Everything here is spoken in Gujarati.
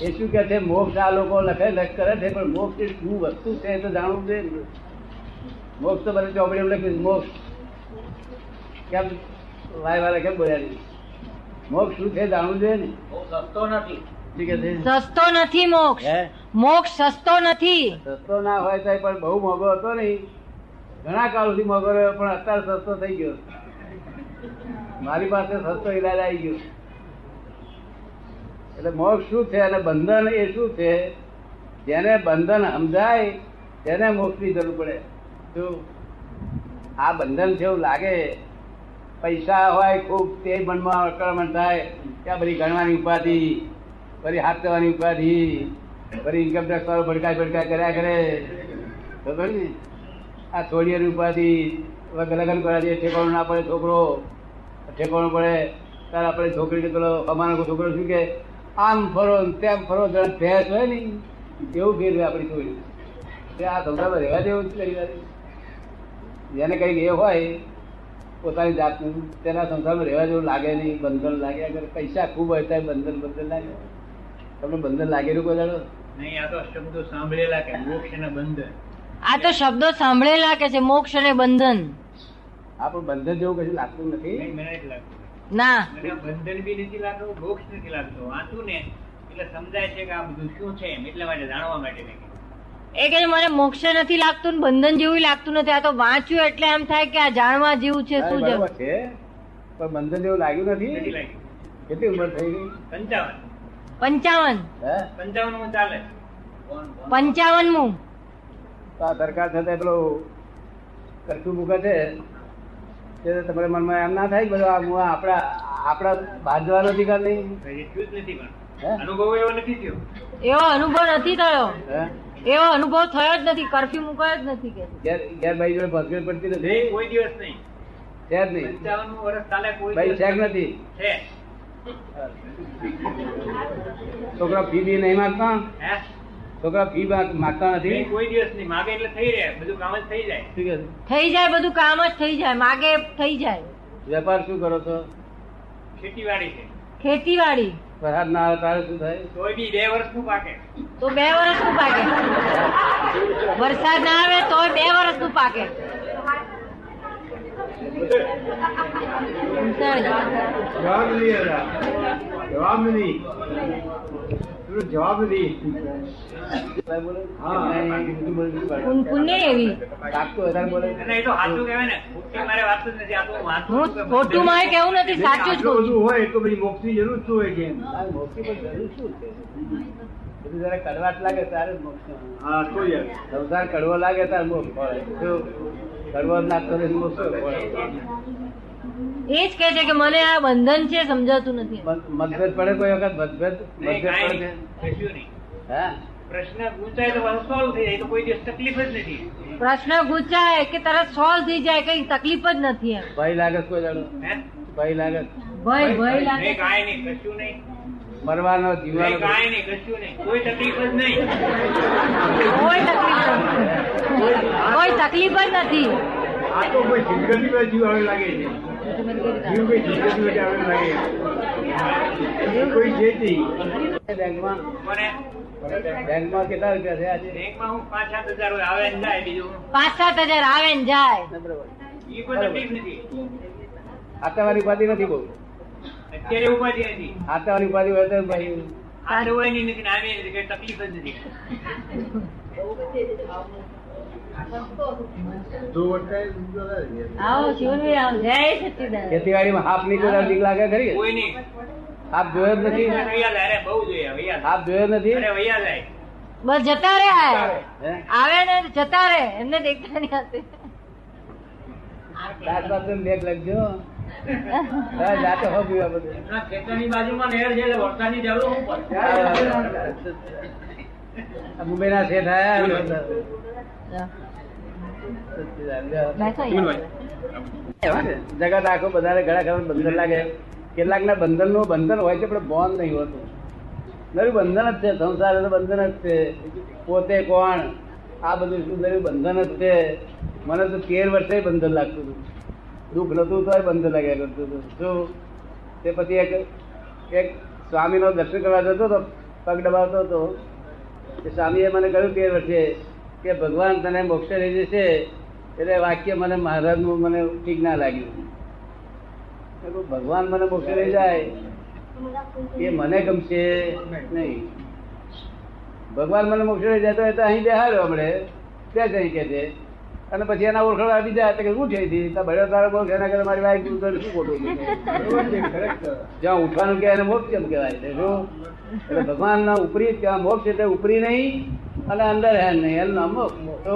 એ શું કે છે મોક્ષ આ લોકો લખે લખ કરે છે પણ મોક્ષ એ શું વસ્તુ છે એ તો જાણવું જોઈએ ને. મોક્ષ તો બધે ચોપડી એમ લખ્યું છે, મોક્ષ કેમ વાય વાળા કેમ બોલ્યા નહીં? મોક્ષ શું છે જાણવું જોઈએ ને બહુ સસ્તો નથી શું કે છે સસ્તો નથી મોક્ષ હે મોક્ષ સસ્તો નથી સસ્તો ના હોય તો પણ બહુ મોંઘો હતો નહીં ઘણા કાળ સુધી મોંઘો રહ્યો પણ અત્યારે સસ્તો થઈ ગયો મારી પાસે સસ્તો ઈલાજ આવી ગયો એટલે મોક્ષ શું છે અને બંધન એ શું છે જેને બંધન સમજાય તેને મોક્ષની જરૂર પડે શું આ બંધન છે એવું લાગે પૈસા હોય ખૂબ તે મનમાં અકળમણ થાય ત્યાં બધી ગણવાની ઉપાધિ ફરી હાથ ધરવાની ઉપાધિ ફરી ઇન્કમટેક્સ વાળો ભડકા ભડકા કર્યા કરે ખબર ને આ થોડીયર ઉપાધિ હવે લગ્ન કરવા દે ઠેકાણું ના પડે છોકરો ઠેકાણું પડે ત્યારે આપણે છોકરીને પેલો અમારો છોકરો શું કે આમ ફરો ને તેમ ફરો જણ ભેંસ હોય ને એવું ફેરવે આપણી છોકરી તે આ ધંધામાં રહેવા જેવું જ કઈ વારી જેને કંઈક એ હોય પોતાની જાતનું તેના સંસારમાં રહેવા જેવું લાગે નહીં બંધન લાગે અગર પૈસા ખૂબ હોય ત્યારે બંધન બંધન લાગે તમને બંધન લાગેલું કોઈ દાડો નહીં આ તો શબ્દો સાંભળેલા કે મોક્ષ અને બંધન આ તો શબ્દો સાંભળેલા કે છે મોક્ષ અને બંધન આ પણ બંધન જેવું કશું લાગતું નથી નહીં, મને નથી લાગતું ના મને બંધન બી નથી લાગતું મોક્ષ નથી લાગતો વાંચું ને એટલે સમજાય છે કે આ બધું શું છે એમ એટલા માટે જાણવા માટે મેં કીધું. એ કે મને મોક્ષ નથી લાગતું ને બંધન જેવું લાગતું નથી આ તો વાંચ્યું એટલે એમ થાય કે આ જાણવા જેવું છે હા, શું છે બરાબર છે પણ બંધન જેવું લાગ્યું નથી નથી લાગ્યું કેટલી ઉંમર થઈ ગઈ પંચાવન પંચાવન હે પંચાવન માં ચાલે કોણ? પંચાવનમું તો આ સરકાર સાથે પેલો કરફ્યુ મૂકે છે તે તમારે મનમાં એમ ના થાય કે બધો આ હું આપણા આપણા બહાર જવાનો અધિકાર નહીં હજી થયું જ નથી પણ હે? અનુભવ એવો નથી થયો એવો અનુભવ નથી થયો હે એવો અનુભવ થયો જ નથી કર્ફ્યુ મુકાયો જ નથી કે ઘેર ઘેર ભાઈ જોડે ભસગડ પડતી નથી નહીં, કોઈ દિવસ નહીં છે જ નહીં પંચાવન વર્ષ ચાલે કોઈ ભાઈ દિવસ શેક નથી છે છોકરા ફી બી નહીં માંગતા હે છોકરા ફી બા- માંગતા નથી નહીં, કોઈ દિવસ નહીં માગે એટલે થઈ રહ્યા બધું કામ જ થઈ જાય શું કે છે? થઈ જાય બધું કામ જ થઈ જાય માગે થઈ જાય વેપાર શું કરો છો ખેતીવાડી છે ખેતીવાડી વરસાદ ના આવે તારે શું થાય તોય બી બે વર્ષનું પાકે તો બે વર્ષનું પાકે વરસાદ ના આવે તોય બે વર્ષનું પાકે સમજાય? જવાબ નહીં જવાબ નહીં જવાબ ઉન- નહીં પુણ્ય એવી લાગતું વધારે બોલે અને એ તો સાચું કહેવાય ને ખોટી મારે વાત જ નથી આ તો હું વાંચું હું છું કે ખોટું મારે કેવું નથી સાચું જ કહું છું હોય તો પછી મોક્ષની જરૂર શું હોય કે મોક્ષની પણ જરૂર શું છે બધું જયારે કડવાટ લાગે ત્યારે જ મોક્ષ મળે. સંસાર કડવો લાગે ત્યારે મોક્ષ મળે. જો કડવો જ લાગતો નથી, મોક્ષ શું મળે? એ જ કહે છે કે મને આ બંધન છે સમજાતું નથી મત- મતભેદ પડે કોઈ વખત મતભેદ નહીં, મતભેદ કાંઈ પડે નહીં, કશું નહીં. હા પ્રશ્ન પૂછાય તો પાછો solve થઈ જાય એ તો કોઈ દિવસ તકલીફ જ નથી પ્રશ્ન ગુચાય કે તરત સોલ્વ થઈ જાય કઈ તકલીફ જ નથી એમ ભય લાગે છે કોઈ દાડો હે? ભય લાગે છે. ભય ભય લાગે નહીં, કાંઈ નહીં, કશું નહીં. મરવાનો નહીં, જીવવાનો કાંઈ નહીં, કશું નહીં. કોઈ તકલીફ જ નહીં. કોઈ તકલીફ નથી કોઈ તકલીફ જ નથી આ તો કોઈ સિંગરની બાજુ જીવ આવે લાગે છે જીવ કોઈ સિંગરની બાજુ આવે લાગે છે. જીવ કોઈ છે જ નહીં બેંકમાં મને બેંકમાં કેટલા રૂપિયા છે આજે બેંકમાં હું પાંચ સાત હજાર હોય, આવે ને જાય બીજું પાંચ સાત હજાર આવે ને જાય બરાબર. એ કોઈ તકલીફ નથી આતંકવાદી ઉપાધિ નથી બહુ અત્યારે ઉપાધિ નથી આતંકવાદી ઉપાધિ હોય તો ભાઈ આ દવાઈની નથી ને આની નથી, કઈ તકલીફ જ નથી જો વટાય તો જરા રહે. આવો શિવનભાઈ આવો જય સચિદાન ખેતીવાડીમાં હાફ નીકળે બીક લાગે ખરી કોઈ નહીં હાફ જોયો જ નથી વૈયા જાય, અરે બહુ જોઈએ વૈયા હાફ જોયો જ નથી જાય. અરે વૈયા જાય બસ જતા રે હે? આવે ને જતા રે એમને દેખતા નહીં આવતી સાત વાગ્યાનો લેખ લખજો હા, જાતે હો પીવા બધું. ના, ખેતરની બાજુમાં નહેર છે એટલે વરસાદની જરૂર હું પડે આ મુંબઈના શેઠ આયા ને બધા. બેસો અહીંયા. જગત આખું બધાને ઘણા ખરા બંધન લાગે કેટલાક ના બંધન નું બંધન હોય છે પણ બોન નહીં હોતું નરું બંધન જ છે સંસાર એ તો બંધન જ છે પોતે કોણ આ બધું શું નરું બંધન જ છે મને તો તેર વર્ષે બંધન લાગતું હતું દુઃખ નતું તોય બંધન લાગ્યા કરતું હતું શું તે પછી એક એક સ્વામીનો દર્શન કરવા જતો હતો પગ દબાવતો હતો એ સ્વામીએ મને કહ્યું તે વર્ષે કે ભગવાન તને મોક્ષ લઈ જશે એટલે વાક્ય મને મહારાજનું મને ઠીક ના લાગ્યું મેં કહ્યું, ભગવાન મને મોક્ષ લઈ જાય એ મને ગમશે નહીં ભગવાન મને મોક્ષ લઈ જાય તો એ તો અહીં બેહાડ્યો હમણે તે જ અહીં કે છે અને પછી એના ઓળખાણ આપી જાય તો કે શું થઈ હતી તો ભલે તારો મોક્ષ એના કરે મારી વાઈફ શું ખોટું છે? બરોબર છે, correct. જ્યાં ઉઠવાનું કે એને મોક્ષ કેમ કહેવાય છે શું એટલે ભગવાનના ઉપરી ત્યાં મોક્ષ એટલે ઉપરી નહીં અને અંદર હે નહીં એનું નામ મોક્ષ તો